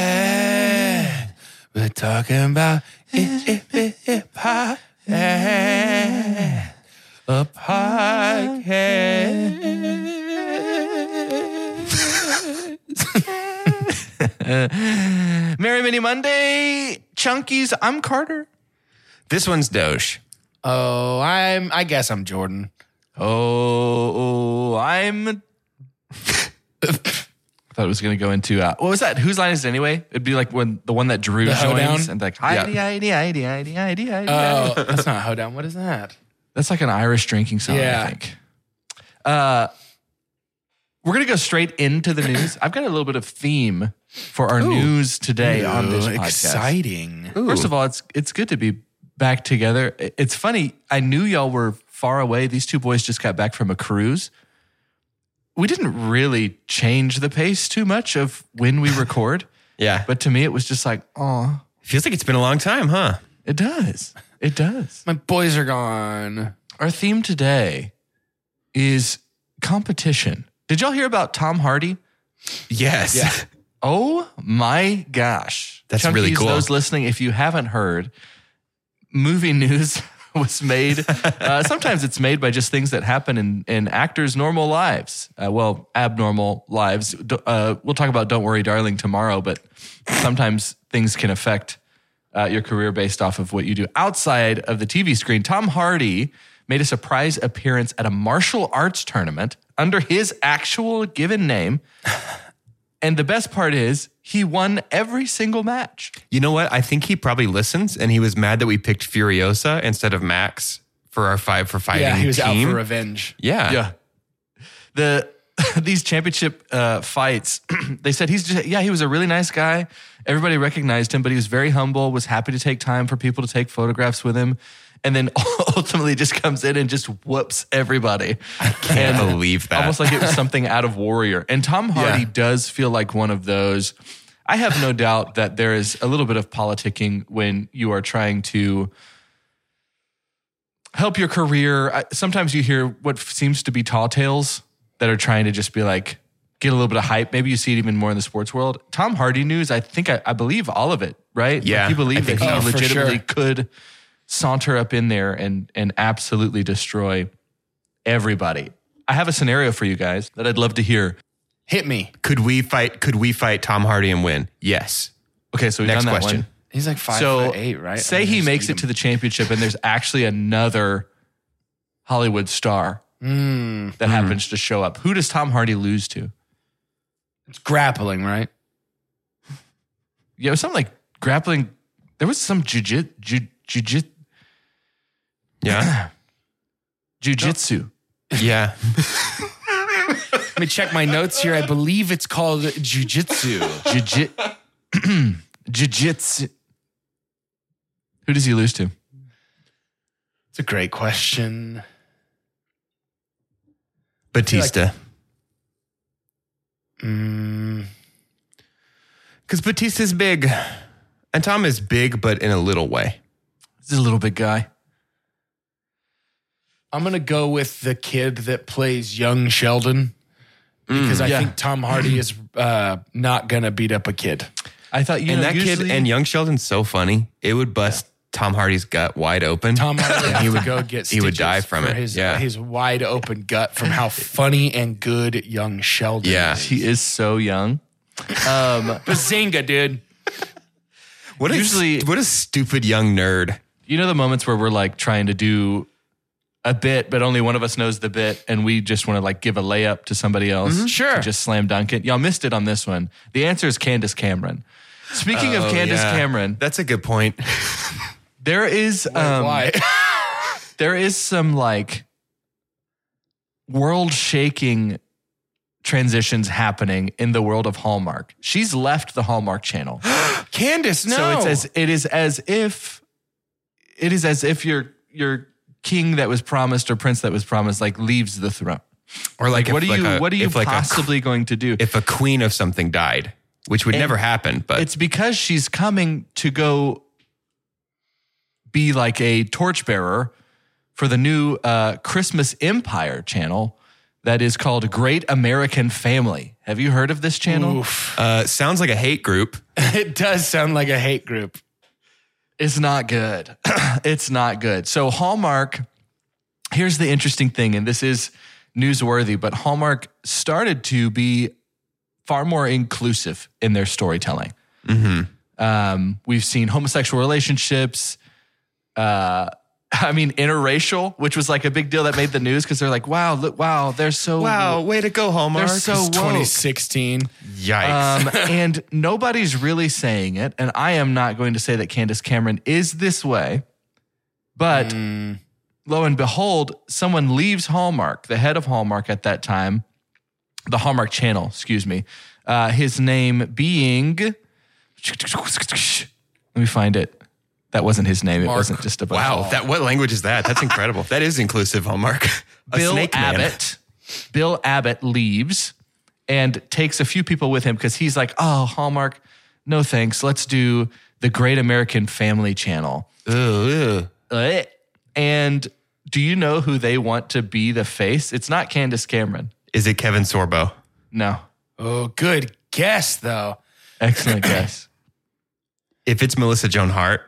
podcast. We're talking about it, it, it, it, podcast. A podcast. Merry Mini Monday, Chunkies. I'm Carter. This one's Doge. Oh, I'm. I guess I'm Jordan. Oh, I'm. I thought it was going to go into uh, what was that? Whose line is it anyway? It'd be like when the one that Drew The joins hoedown? and like Heidi, Heidi, Heidi, Heidi, Heidi, Heidi. Oh, that's not hoedown. What is that? That's like an Irish drinking song, Yeah. I think. Uh, we're going to go straight into the news. I've got a little bit of theme for our news today on this Ooh, podcast. exciting. First of all, it's it's good to be back together. I- It's funny. I knew y'all were far away. These two boys just got back from a cruise. We didn't really change the pace too much of when we record, Yeah. but to me, it was just like, oh, Feels like it's been a long time, huh? it does. It does. My boys are gone. Our theme today is competition. Did y'all hear about Tom Hardy? Yes. Oh my gosh. That's really cool. Those listening, if you haven't heard, movie news was made. uh, sometimes it's made by just things that happen in, in actors' normal lives. Uh, well, abnormal lives. D- Uh, we'll talk about Don't Worry, Darling tomorrow, but sometimes things can affect uh, your career based off of what you do outside of the TV screen. Tom Hardy made a surprise appearance at a martial arts tournament under his actual given name. And the best part is he won every single match. You know what? I think he probably listens and he was mad that we picked Furiosa instead of Max for our five for fighting Yeah, he was out team. for revenge. yeah. The these championship uh, fights, they said he's just yeah, he was a really nice guy. Everybody recognized him, but he was very humble, was happy to take time for people to take photographs with him. And then ultimately just comes in and just whoops everybody. I Can't believe that. Almost like it was something out of Warrior. And Tom Hardy Yeah. does feel like one of those. I have no doubt that there is a little bit of politicking when you are trying to help your career. I, sometimes you hear what f- seems to be tall tales that are trying to just be like, get a little bit of hype. Maybe you see it even more in the sports world. Tom Hardy news, I think I, I believe all of it, right? Yeah, Like you believe I think that he so. Oh, for legitimately sure. could saunter up in there and and absolutely destroy everybody. I have a scenario for you guys that I'd love to hear. Hit me. could we fight could we fight Tom Hardy and win? Yes. Okay, so we've Next done that question. one. He's like five so foot eight, right? Say I mean, he just makes beat it to him. the championship, and there's actually another Hollywood star Mm, that happens to show up. Who does Tom Hardy lose to? it's grappling, right? Yeah, it was something like grappling. There was some jujitsu, ju- jujit, Yeah. jujitsu. yeah. Let me check my notes here. I believe it's called jujitsu. Jujit, jujitsu. Who does he lose to? It's a great question. Batista. Mm, Because Batista's big. And Tom is big, but in a little way. This is a little big guy. I'm gonna go with the kid that plays young Sheldon because I yeah. think Tom Hardy is uh, not gonna beat up a kid. I thought you and know, that usually- kid and young Sheldon's so funny. It would bust Tom Hardy's gut wide open. Tom Hardy would have to go get he would stitches die from for it. His, Yeah. his wide open gut from how funny and good young Sheldon. Yeah. is. he is so young. Um, Bazinga, dude. What Usually- a, what a stupid young nerd. you know the moments where we're like trying to do a bit, but only one of us knows the bit, and we just want to like give a layup to somebody else. Mm-hmm. Sure. to just slam dunk it. Y'all missed it on this one. The answer is Candace Cameron. Speaking of Oh, Candace yeah. Cameron, That's a good point. there is um, Why? there is some like world shaking transitions happening in the world of Hallmark. She's left the Hallmark channel. Candace, no. So it's as it is as if it is as if your your king that was promised or prince that was promised like leaves the throne. Or like, if, what are you a- what are you if like possibly going to do? a, if a queen of something died, which would never happen, but it's because she's coming to go be like a torchbearer for the new uh, Christmas Empire channel that is called Great American Family. Have you heard of this channel? Uh, sounds like a hate group. it does sound like a hate group. It's not good. it's not good. So Hallmark, here's the interesting thing, and this is newsworthy, but Hallmark started to be far more inclusive in their storytelling. Um, we've seen homosexual relationships. Uh, I mean, interracial, which was like a big deal that made the news because they're like, wow, look, wow, they're so Wow, way to go, Hallmark. they're so It's woke. 2016. Yikes. Um, and nobody's really saying it. And I am not going to say that Candace Cameron is this way. But Mm. lo and behold, someone leaves Hallmark, the head of Hallmark at that time, the Hallmark channel, excuse me. Uh, his name being. Let me find it. That wasn't his name. It wasn't just a bunch of- wow, that what language is that? That's incredible. that is inclusive, Hallmark. a Bill snake man. Abbott. Bill Abbott leaves and takes a few people with him because he's like, oh, Hallmark, no thanks. Let's do the Great American Family Channel. Ugh, ugh. Eh. And do you know who they want to be the face? It's not Candace Cameron. Is it Kevin Sorbo? No. Oh, good guess though. Excellent guess. If it's Melissa Joan Hart,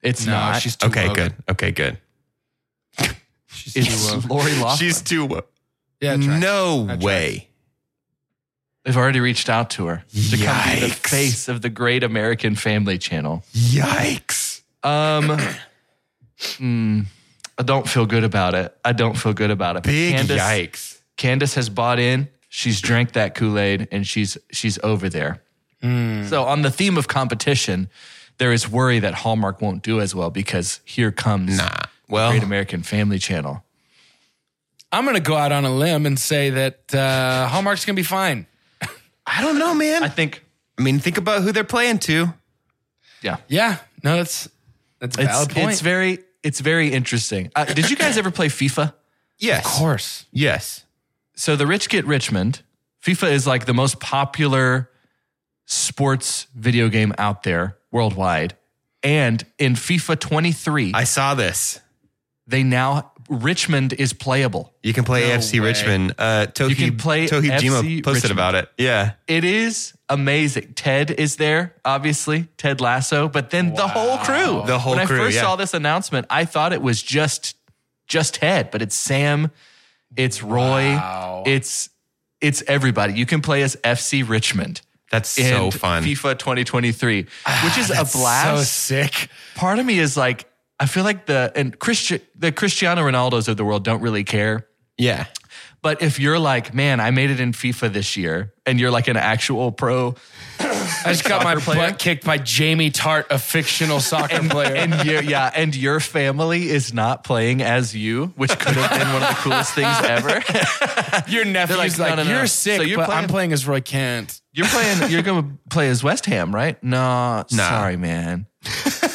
It's No, not. she's too okay, woke. good. Okay, good. She's too woke. it's Lori Loughlin. She's too. wo- Yeah, that's right. No That tracks. way. They've already reached out to her to come be the Yikes. face of the Great American Family Channel. Yikes. Um, mm, I don't feel good about it. I don't feel good about it. But Big Candace, yikes. Candace has bought in. She's drank that Kool Aid, and she's she's over there. Hmm. So on the theme of competition, there is worry that Hallmark won't do as well because here comes Nah. Ah, Well, Great American Family Channel. I'm gonna go out on a limb and say that uh, Hallmark's gonna be fine. I don't know, man. I think. I mean, think about who they're playing to. Yeah, Yeah, no, that's that's a valid it's, point. it's very it's very interesting. Uh, did you guys ever play FIFA? Yes. of course. Yes. So the rich get Richmond. FIFA is like the most popular sports video game out there worldwide. And in FIFA 23, I saw this. they now Richmond is playable. You can play AFC way. Richmond. Uh, Tohi, You can play Tohi FC Jima posted Richmond. about it. Yeah. It is amazing. Ted is there, obviously, Ted Lasso, but then the whole crew. The whole when crew, I first yeah. saw this announcement, I thought it was just just Ted, but it's Sam, it's Roy, Wow. it's it's everybody. You can play as FC Richmond. That's in so fun. FIFA 2023, which is a Ah, So blast. sick. Part of me is like, I feel like the and Christian the Cristiano Ronaldos of the world don't really care. Yeah. But if you're like, man, I made it in FIFA this year, and you're like an actual pro, I just got my Soccer player. butt kicked by Jamie Tart, a fictional soccer player. and you yeah, and your family is not playing as you, which could have been one of the coolest things ever. your nephew's like, like, "No, no, no, you're no." sick, So you're but playing- I'm playing as Roy Kent. You're playing. You're going to play as West Ham, right? No, sorry, man.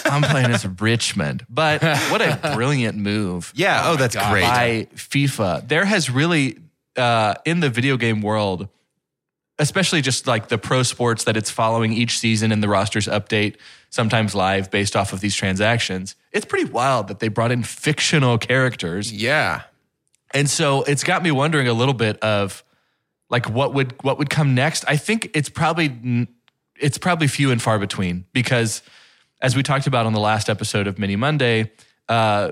I'm playing as Richmond. But what a brilliant move! Yeah. Oh, that's great. by FIFA. There has really, uh, in the video game world, especially just like the pro sports that it's following each season and the rosters update, sometimes live based off of these transactions. It's pretty wild that they brought in fictional characters. Yeah. And so it's got me wondering a little bit of like what would what would come next. I think it's probably it's probably few and far between because as we talked about on the last episode of Mini Monday, uh,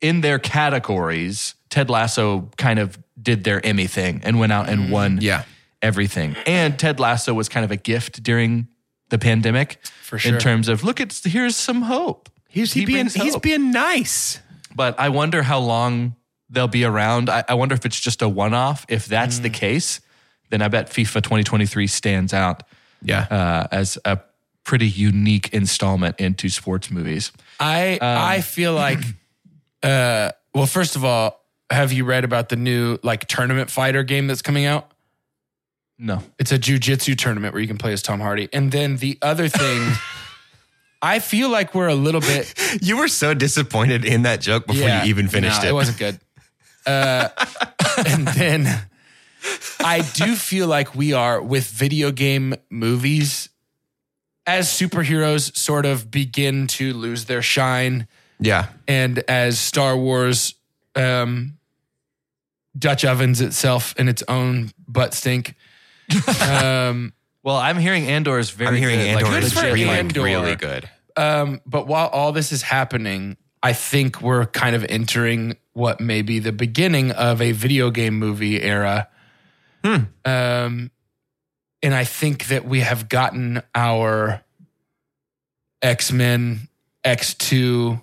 in their categories, Ted Lasso kind of did their Emmy thing and went out and won Mm, Yeah. everything. And Ted Lasso was kind of a gift during the pandemic For in sure. terms of look, it's here's some hope. He's, he being, brings he's hope being nice. but I wonder how long they'll be around. I, I wonder if it's just a one off. If that's Mm. the case, then I bet FIFA 2023 stands out Yeah. uh, as a pretty unique installment into sports movies. I Um. I feel like uh well first of all, have you read about the new like tournament fighter game that's coming out? No. It's a jujitsu tournament where you can play as Tom Hardy. And then the other thing I feel like we're a little bit you were so disappointed in that joke before Yeah. you even finished No, it. It wasn't good. Uh, and then I do feel like we are with video game movies as superheroes sort of begin to lose their shine yeah. and as Star Wars um, Dutch ovens itself in its own butt stink. um, Well, I'm hearing Andor is very. I'm hearing good. Andor like, is for legit, really, like, Andor. really good. um, but while all this is happening, I think we're kind of entering what may be the beginning of a video game movie era. Um, and I think that we have gotten our X Men, X Two,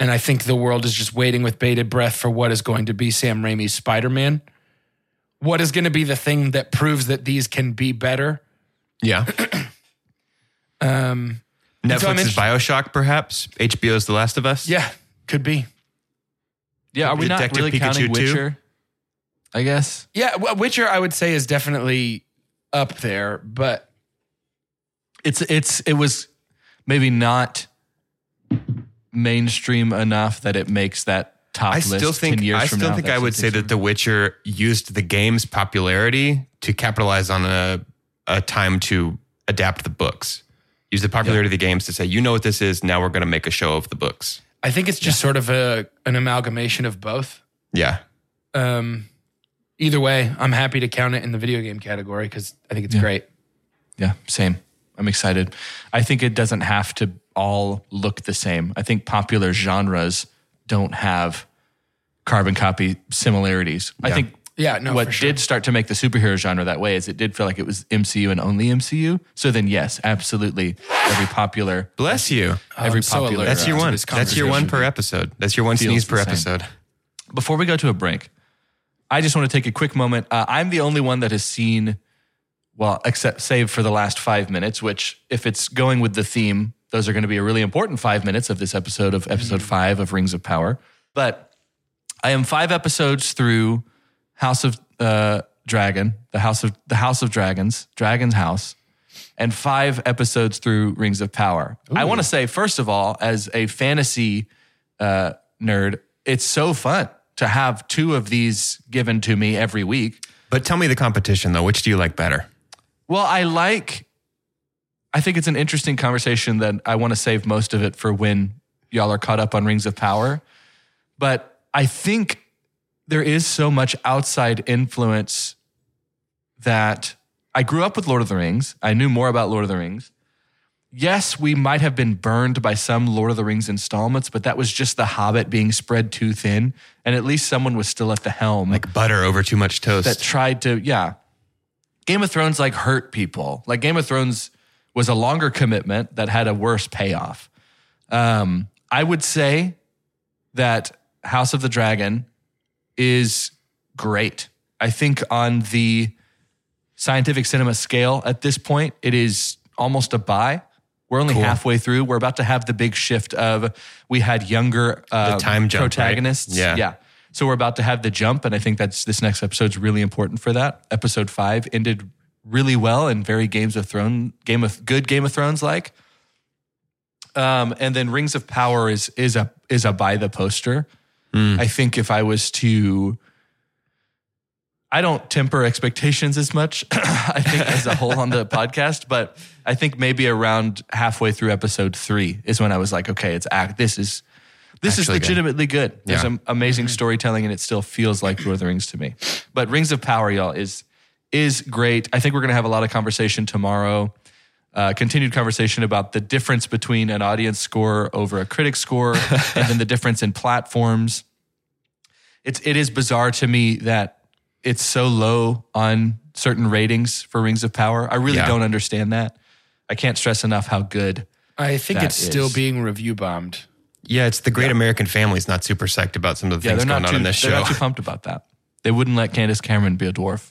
and I think the world is just waiting with bated breath for what is going to be Sam Raimi's Spider Man. What is going to be the thing that proves that these can be better? Yeah. Um, Netflix So I'm is inter- Bioshock, perhaps. HBO's The Last of Us. yeah, could be. yeah, are we not Detective really Pikachu counting too? Witcher? I guess. Yeah, w- Witcher I would say is definitely up there, but it's it's it was maybe not mainstream enough that it makes that top I list still think 10 years I from still now. think That's I would say that The Witcher used the game's popularity to capitalize on a a time to adapt the books. Use the popularity of the games to say, you know what this is, now we're gonna make a show of the books. I think it's just sort of a an amalgamation of both. Yeah. Um, either way, I'm happy to count it in the video game category because I think it's great. Yeah, same. I'm excited. I think it doesn't have to all look the same. I think popular genres don't have carbon copy similarities. I think Yeah, no, what for sure. did start to make the superhero genre that way is it did feel like it was MCU and only MCU. So then yes, absolutely every popular Bless you. every Oh, I'm so alert popular That's Around your to one. this That's your one conversation. per episode. That's your one Feels sneeze per the same. episode. before we go to a break, I just want to take a quick moment. Uh, I'm the only one that has seen, well, except save for the last five minutes, which, if it's going with the theme, those are going to be a really important five minutes of this episode of episode five of Rings of Power. But I am five episodes through House of uh, Dragon, the House of the House of Dragons, Dragon's House, and five episodes through Rings of Power. I want to say, first of all, as a fantasy uh, nerd, it's so fun to have two of these given to me every week. But tell me the competition though. Which do you like better? Well, I like. I think it's an interesting conversation that I want to save most of it for when y'all are caught up on Rings of Power. But I think there is so much outside influence that I grew up with Lord of the Rings. I knew more about Lord of the Rings. Yes, we might have been burned by some Lord of the Rings installments, but that was just The Hobbit being spread too thin. And at least someone was still at the helm Like butter over too much toast. that tried to yeah game of thrones like hurt people like game of thrones was a longer commitment that had a worse payoff um, i would say that house of the dragon is great i think on the scientific cinema scale at this point it is almost a buy we're only halfway through we're about to have the big shift of we had younger uh, time jump, right? protagonists Yeah. yeah so we're about to have the jump, and I think that's this next episode's really important for that. Episode five ended really well and very Games of Thrones, Game of good Game of Thrones like. Um, and then Rings of Power is is a is a by the poster. Mm. I think if I was to, I don't temper expectations as much. I think as a whole on the podcast, but I think maybe around halfway through episode three is when I was like, okay, it's act. This is this Actually is good. legitimately good. There's Yeah. Mm-hmm. am- amazing storytelling, and it still feels like Lord of the Rings to me. But Rings of Power, y'all, is is great. I think we're gonna have a lot of conversation tomorrow uh, continued conversation about the difference between an audience score over a critic score and then the difference in platforms. It's it is bizarre to me that it's so low on certain ratings for Rings of Power. I really Yeah. don't understand that. I can't stress enough how good. I think That it's still is- being review bombed. yeah, it's the Great American Family's not super psyched about some of the Yeah, things they're going not on too in this they're show. not too pumped about that. They wouldn't let Candace Cameron be a dwarf.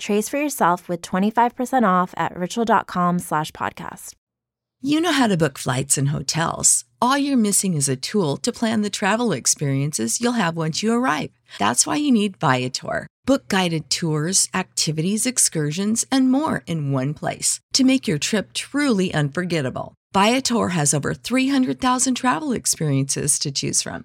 Trace for yourself with 25% off at ritual.com slash podcast. You know how to book flights and hotels. All you're missing is a tool to plan the travel experiences you'll have once you arrive. That's why you need Viator. Book guided tours, activities, excursions, and more in one place to make your trip truly unforgettable. Viator has over 300,000 travel experiences to choose from.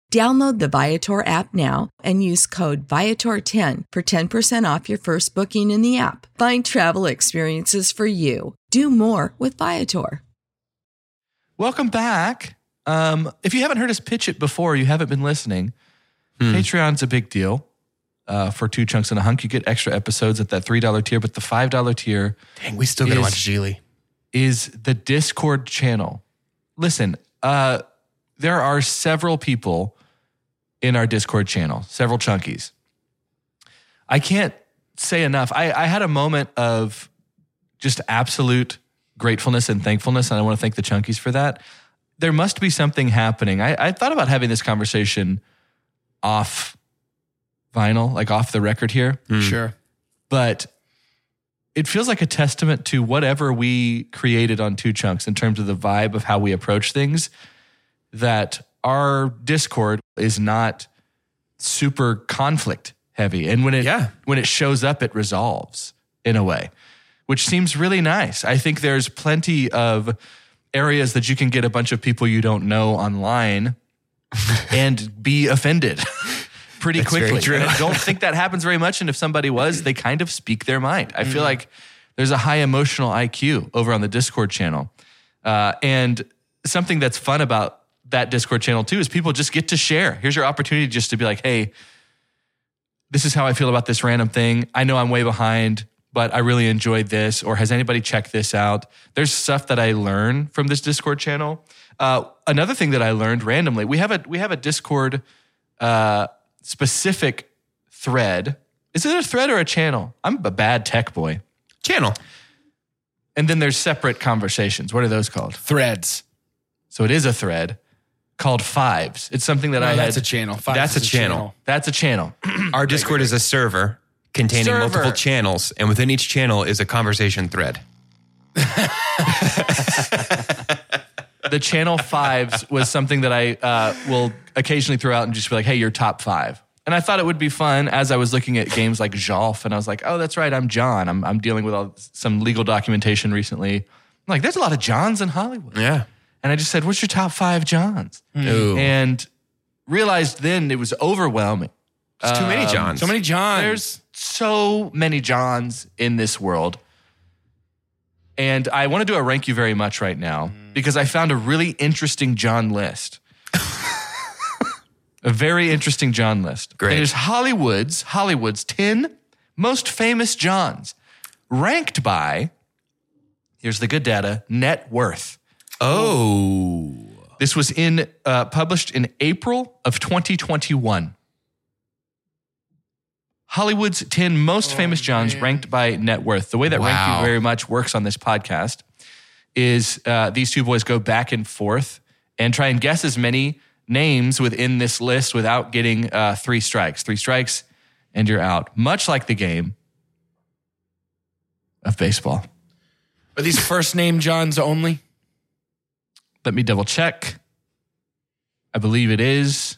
Download the Viator app now and use code Viator10 for 10% off your first booking in the app. Find travel experiences for you. Do more with Viator. Welcome back. Um, if you haven't heard us pitch it before, you haven't been listening. Hmm. Patreon's a big deal. Uh, for two chunks and a hunk, you get extra episodes at that three dollar tier, but the five dollar tier Dang, we still gotta gotta watch watch Geely. is the Discord channel. Listen, uh, there are several people in our Discord channel, several chunkies. I can't say enough. I, I had a moment of just absolute gratefulness and thankfulness, and I want to thank the chunkies for that. There must be something happening. I, I thought about having this conversation off vinyl, like off the record here Sure. but it feels like a testament to whatever we created on two chunks in terms of the vibe of how we approach things that our discord is not super conflict heavy and when it Yeah. when it shows up it resolves in a way which seems really nice i think there's plenty of areas that you can get a bunch of people you don't know online and be offended pretty That's very quickly. true. And I don't think that happens very much. And if somebody was, they kind of speak their mind. I Mm. feel like there's a high emotional IQ over on the Discord channel. Uh, and something that's fun about that Discord channel too is people just get to share. Here's your opportunity just to be like, hey, this is how I feel about this random thing. I know I'm way behind, but I really enjoyed this. Or has anybody checked this out? There's stuff that I learn from this Discord channel. Uh, another thing that I learned randomly, we have a we have a Discord uh, specific thread. Is it a thread or a channel? I'm a bad tech boy. Channel. And then there's separate conversations. What are those called? Threads. So it is a thread called Fives. It's something that I No, had. that's a channel. Five That's is a channel. That's a channel. Our Discord is a server containing Server. multiple channels, and within each channel is a conversation thread. the channel fives was something that I uh, will occasionally throw out and just be like, hey, your top five. And I thought it would be fun as I was looking at games like Jolf, and I was like, oh, that's right, I'm John. I'm, I'm dealing with all, some legal documentation recently. I'm like, there's a lot of Johns in Hollywood. Yeah. And I just said, what's your top five Johns? Ooh. And realized then it was overwhelming. Um, It's too many Johns. So many Johns. There's so many Johns in this world. And I want to do a rank you very much right now because I found a really interesting John list. a very interesting John list. Great. There's Hollywood's, Hollywood's 10 most famous Johns ranked by, here's the good data, net worth. Oh. This was in uh, published in April of 2021. Hollywood's 10 most famous Johns ranked by net worth. The way that Rank Wow. You Very Much works on this podcast is uh, these two boys go back and forth and try and guess as many names within this list without getting uh, three strikes. Three strikes and you're out, much like the game of baseball. Are these first name Johns only? Let me double check. I believe it is.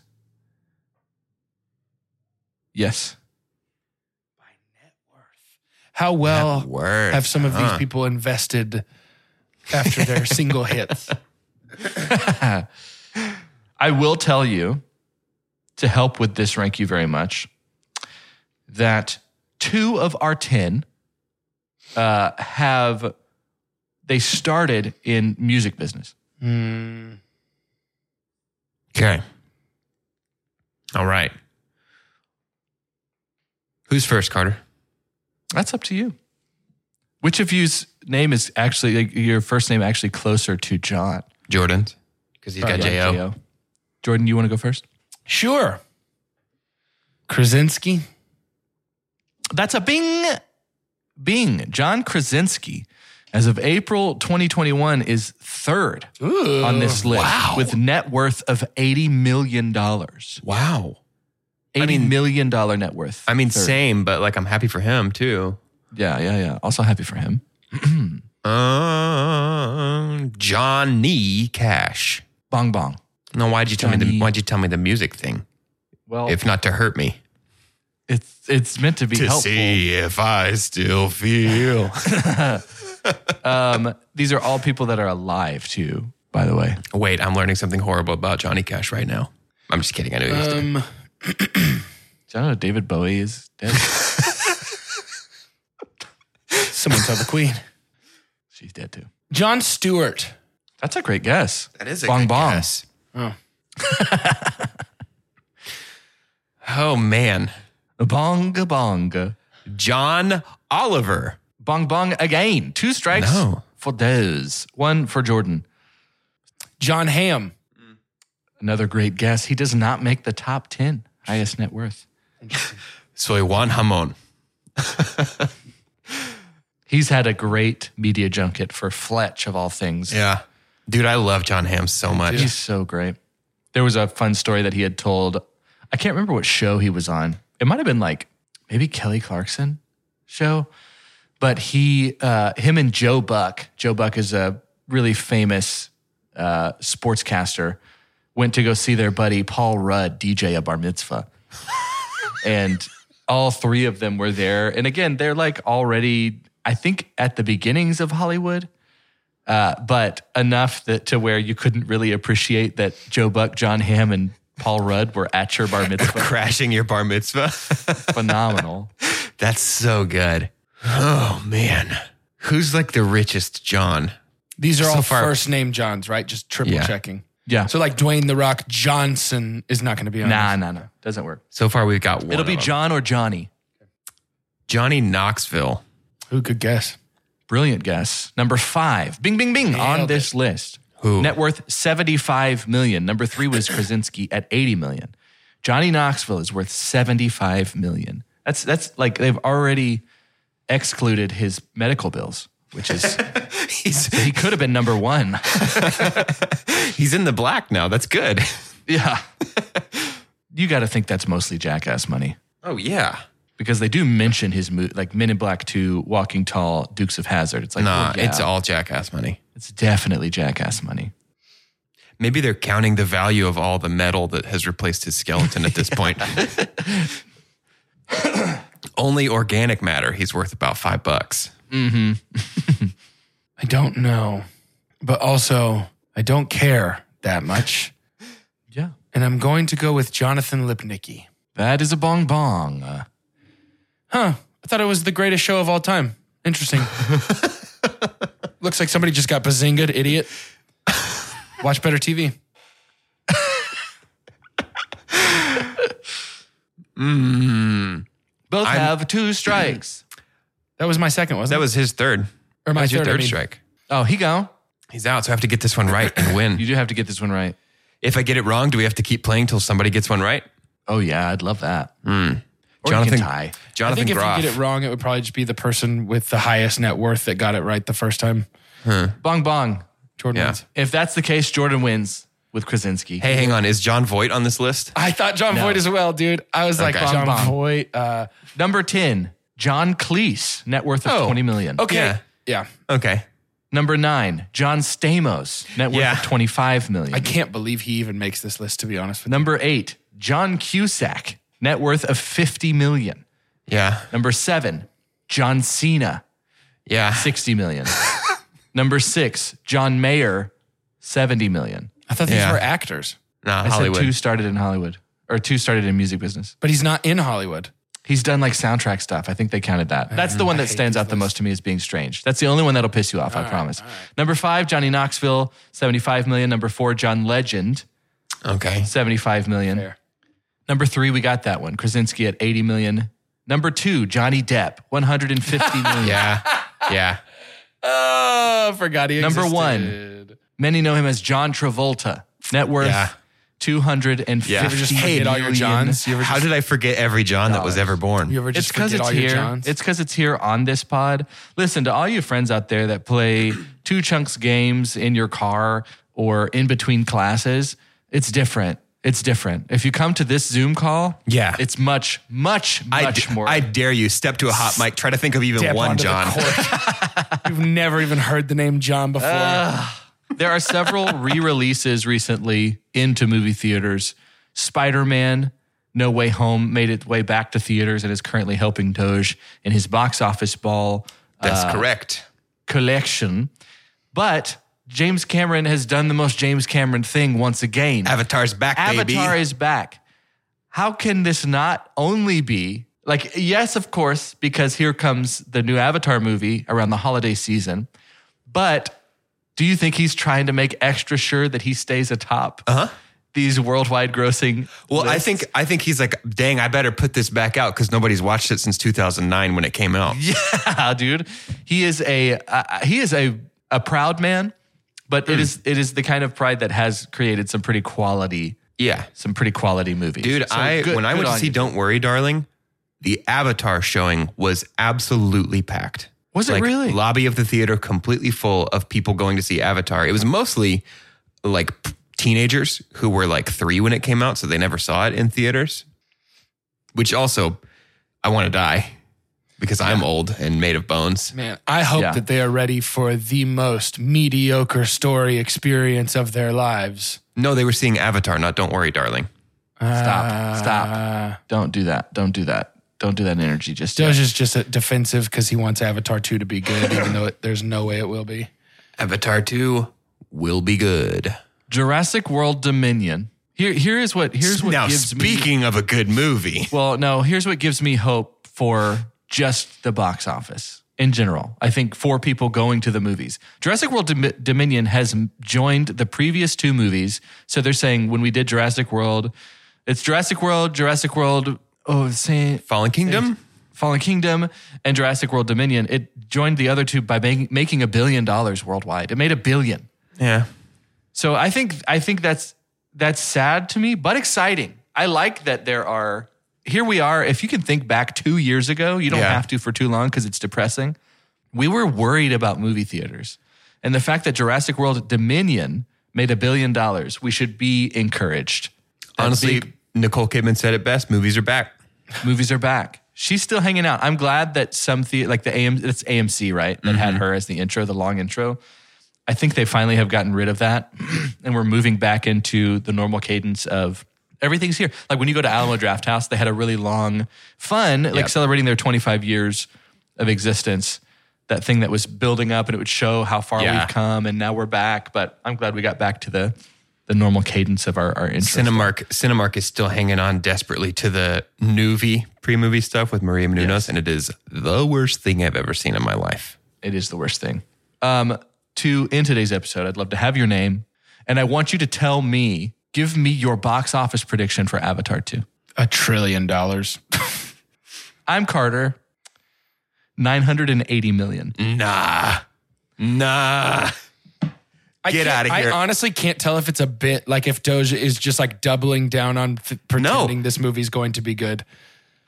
Yes. How well Net worth, have some of these huh? people invested after their single hits? I will tell you to help with this rank you very much that two of our 10 uh, have, they started in music business. Mm, Okay. All right. Who's first, Carter? That's up to you. Which of you's name is actually, like, your first name actually closer to John? Jordan's. Because he's got Probably J.O. J.O. Jordan, you want to go first? Sure. Krasinski. That's a Bing. Bing. John Krasinski, as of April 2021, is third on this list wow. with net worth of $80 million. dollars. Wow. Eighty mean- million dollar net worth. I mean, Third. same, but like I'm happy for him too. Yeah, yeah, yeah. Also happy for him. Um, Johnny Cash. Bong bong. No, why'd you tell me Johnny. the Why'd you tell me the music thing? Well, If not to hurt me, it's it's meant to be helpful. if I still feel. Um, these are all people that are alive too. By the way, Wait, I'm learning something horrible about Johnny Cash right now. I'm just kidding. I know he's dead. Um, do you know David Bowie is dead? someone tell the queen. She's dead too. John Stewart. That's a great guess. That is a bong good bong. guess. Oh. Oh man, Bonga bonga. John Oliver. Bong bong again. Two strikes No. for Dez. One for Jordan. John Hamm. Another great guess. He does not make the top ten highest net worth. Soy Juan Hamon. He's had a great media junket for Fletch of all things. Yeah, dude, I love John Ham so much. He's so great. There was a fun story that he had told. I can't remember what show he was on. It might have been like maybe Kelly Clarkson show, but he, uh, him and Joe Buck. Joe Buck is a really famous uh, sportscaster. Went to go see their buddy Paul Rudd DJ a bar mitzvah, and all three of them were there. And again, they're like already, I think, at the beginnings of Hollywood uh, but enough that to where you couldn't really appreciate that Joe Buck, John Hamm, and Paul Rudd were at your bar mitzvah. Crashing your bar mitzvah. Phenomenal. That's so good. Oh man, who's like the richest John? These are So all far- first name Johns, right? Just triple Yeah. checking. Yeah. So like Dwayne the Rock Johnson is not going to be on. nah, this. nah, nah. Doesn't work. So far, we've got one. It'll be of them. John or Johnny. Johnny Knoxville. Who could guess? Brilliant guess. Number five. Bing, bing, bing. on Nailed it. this list. Who? Net worth 75 million. Number three was Krasinski at 80 million. Johnny Knoxville is worth 75 million. That's that's like they've already excluded his medical bills, which is He's he could have been number one. he's in the black now. That's good. Yeah. you got to think that's mostly jackass money Oh yeah. because they do mention his mo- like Men in Black 2, Walking Tall, Dukes of Hazard. It's like Nah, Oh, well, yeah, it's all jackass money. it's definitely jackass money. Maybe they're counting the value of all the metal that has replaced his skeleton at this point. Only organic matter. He's worth about five bucks. I don't know, but also I don't care that much. Yeah. And I'm going to go with Jonathan Lipnicki. That is a bong bong. Uh, Huh? I thought it was the greatest show of all time. Interesting. Looks like somebody just got bazingaed, idiot. Watch better TV. both I'm- have two strikes. That was my second, wasn't Mm-hmm. That was his third. it? Or my That's your third, I third mean. strike. oh, he go. He's out, so I have to get this one right and You win. do have to get this one right. If I get it wrong, do we have to keep playing till somebody gets one right? Oh yeah, I'd love that. Or Jonathan- you can tie. I Jonathan think if Groff. you get it wrong, it would probably just be the person with the highest net worth that got it right the first time. Bong bong. Jordan Yeah. wins. If that's the case, Jordan wins with Krasinski. Hey, hang on. Is John Voight on this list? I thought John Voight as well, dude. I was like Okay. John Bong. Voight. Uh, Number ten, John Cleese, net worth of Oh, twenty million. okay, Yeah. yeah. Okay. Number nine, John Stamos, net worth Yeah. of 25 million. I can't believe he even makes this list. To be honest with you, Number eight, John Cusack, net worth of 50 million. Yeah. Number seven, John Cena, Yeah. 60 million. Number six, John Mayer, 70 million. I thought these Yeah. were actors, Nah, I Hollywood. said two started in Hollywood or two started in music business. but he's not in Hollywood. He's done like soundtrack stuff. I think they counted that. That's the one that stands out the most to me as being strange. That's the only one that'll piss you off, I promise. Number five, Johnny Knoxville, 75 million. Number four, John Legend, okay. 75 million. Fair. Number three, we got that one. Krasinski at 80 million. Number two, Johnny Depp, 150 million. Yeah. Yeah. Oh, forgot he Number existed. one. Many know him as John Travolta, net worth Yeah. 250 Yeah. You ever just forget all your million- Johns? You ever How did I forget every John that was ever born? You ever It's just because forget it's all your here. Johns? It's because it's here on this pod. Listen to all you friends out there that play two chunks games in your car or in between classes. It's different. It's different. If you come to this Zoom call, Yeah. it's much, much, I, much d- more. I dare you step to a hot mic. Try to think of even Step one onto the John. court. You've never even heard the name John before. Ah. There are several re releases recently into movie theaters. Spider Man No Way Home made its way back to theaters and is currently helping Doge in his box office ball That's Uh, correct. collection. But James Cameron has done the most James Cameron thing once again. Avatar's back, baby. Avatar is back. How can this not only be like, yes, of course, because here comes the new Avatar movie around the holiday season. But do you think he's trying to make extra sure that he stays atop these worldwide grossing? Uh-huh. well, I lists? think I think he's like, dang, I better put this back out because nobody's watched it since 2009 when it came out. Yeah, dude. He is a uh, he is a a proud man, but Hmm. it is it is the kind of pride that has created some pretty quality Yeah, some pretty quality movies. dude. So I good- when I good went to on see you. Don't Worry, Darling, the Avatar showing was absolutely packed. Was it like, really? Lobby of the theater completely full of people going to see Avatar. It was mostly like p- teenagers who were like three when it came out, so they never saw it in theaters. Which also, I want to die because I'm old and made of bones. Man, I hope Yeah. that they are ready for the most mediocre story experience of their lives. No, they were seeing Avatar, not Don't Worry, Darling. stop stop Uh, don't do that don't do that don't do that energy just yet. Doge is just a defensive because he wants Avatar 2 to be good, even though it, there's no way it will be. Avatar 2 will be good. Jurassic World Dominion. Here here is what here's what now, gives me speaking of a good movie, Well, no, here's what gives me hope for just the box office in general. I think for people going to the movies, Jurassic World Dom- Dominion has m- joined the previous two movies. So they're saying when we did Jurassic World, it's Jurassic World, Jurassic World, oh, Saint Fallen Kingdom. Fallen Kingdom and Jurassic World Dominion. It joined the other two by ma- making a billion dollars worldwide. It made a billion. Yeah. So I think I think that's that's sad to me, but exciting. I like that there are here we are. If you can think back two years ago, you don't Yeah. have to for too long because it's depressing. We were worried about movie theaters. And the fact that Jurassic World Dominion made a billion dollars, we should be encouraged. That Honestly, big- Nicole Kidman said it best movies are back. movies are back. She's still hanging out. I'm glad that some the like the AM it's AMC right that had her as the intro, the long intro. I think they finally have gotten rid of that, and we're moving back into the normal cadence of everything's here. Like when you go to Alamo Draft House, they had a really long, fun like celebrating their 25 years of existence. That thing that was building up, and it would show how far Yeah. we've come, and now we're back. But I'm glad we got back to the the normal cadence of our our intro. Cinemark Cinemark is still hanging on desperately to the newbie pre-movie stuff with Maria Menounos, and it is the worst thing I've ever seen in my life. It is the worst thing. Um, to end today's episode, I'd love to have your name, and I want you to tell me, give me your box office prediction for Avatar 2. A trillion dollars. I'm Carter. 980 million. Nah, nah. I Get can't- outta here. I honestly can't tell if it's a bit like if Doja is just like doubling down on th- pretending this movie's going to be good.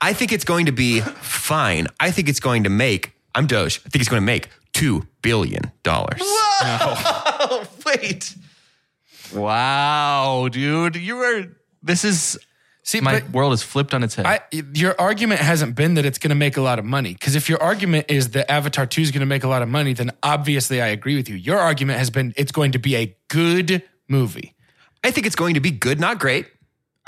I think it's going to be fine. I think it's going to make. I'm Doge. I think it's going to make two billion dollars. Oh, wait. Wow, dude. You are this is See, my but world is flipped on its head. I, your argument hasn't been that it's going to make a lot of money. Because if your argument is that Avatar 2 is going to make a lot of money, then obviously I agree with you. Your argument has been it's going to be a good movie. I think it's going to be good, not great.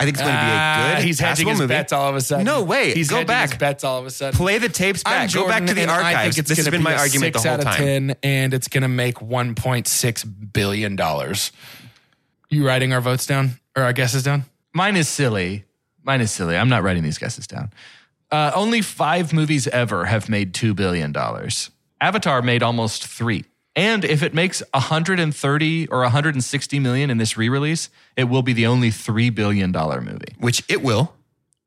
I think it's going to be a Ah, good. he's hedging passable his movie. bets all of a sudden. No way. He's Go hedging back. his bets all of a sudden. Play the tapes I'm back. Go Jordan, back to the and I archives. think it's This has gonna been be my a argument the six whole out of time. 10, and it's going to make 1.6 billion dollars. You writing our votes down or our guesses down? Mine is silly. Mine is silly. I'm not writing these guesses down. Uh, only five movies ever have made $2 billion. Avatar made almost three. And if it makes 130 or 160 million in this re release, it will be the only $3 billion movie. Which it will.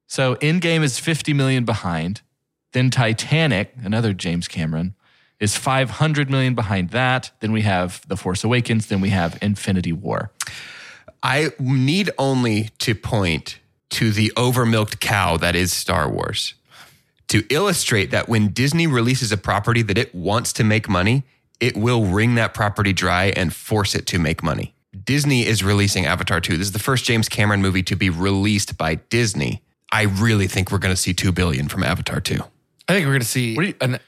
So Endgame is 50 million behind. Then Titanic, another James Cameron, is 500 million behind that. Then we have The Force Awakens. Then we have Infinity War. I need only to point to the overmilked cow that is Star Wars to illustrate that when Disney releases a property that it wants to make money, it will wring that property dry and force it to make money. Disney is releasing Avatar 2. This is the first James Cameron movie to be released by Disney. I really think we're going to see 2 billion from Avatar 2. I think we're going to see What do you- an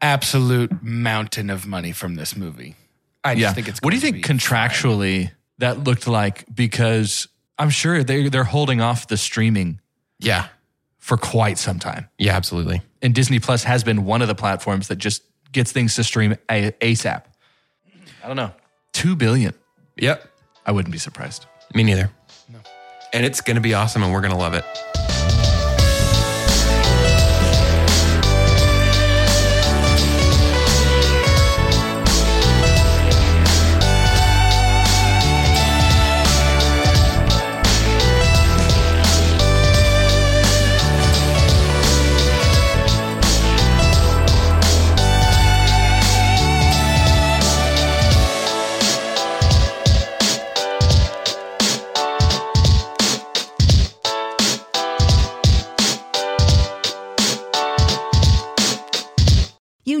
absolute mountain of money from this movie. I just yeah. think it's. what do you going think to be- contractually that looked like? Because I'm sure they they're holding off the streaming Yeah. for quite some time, Yeah, absolutely. and Disney Plus has been one of the platforms that just gets things to stream a- ASAP. I don't know, two billion. Yep. I wouldn't be surprised. Me neither. And it's going to be awesome and we're going to love it. You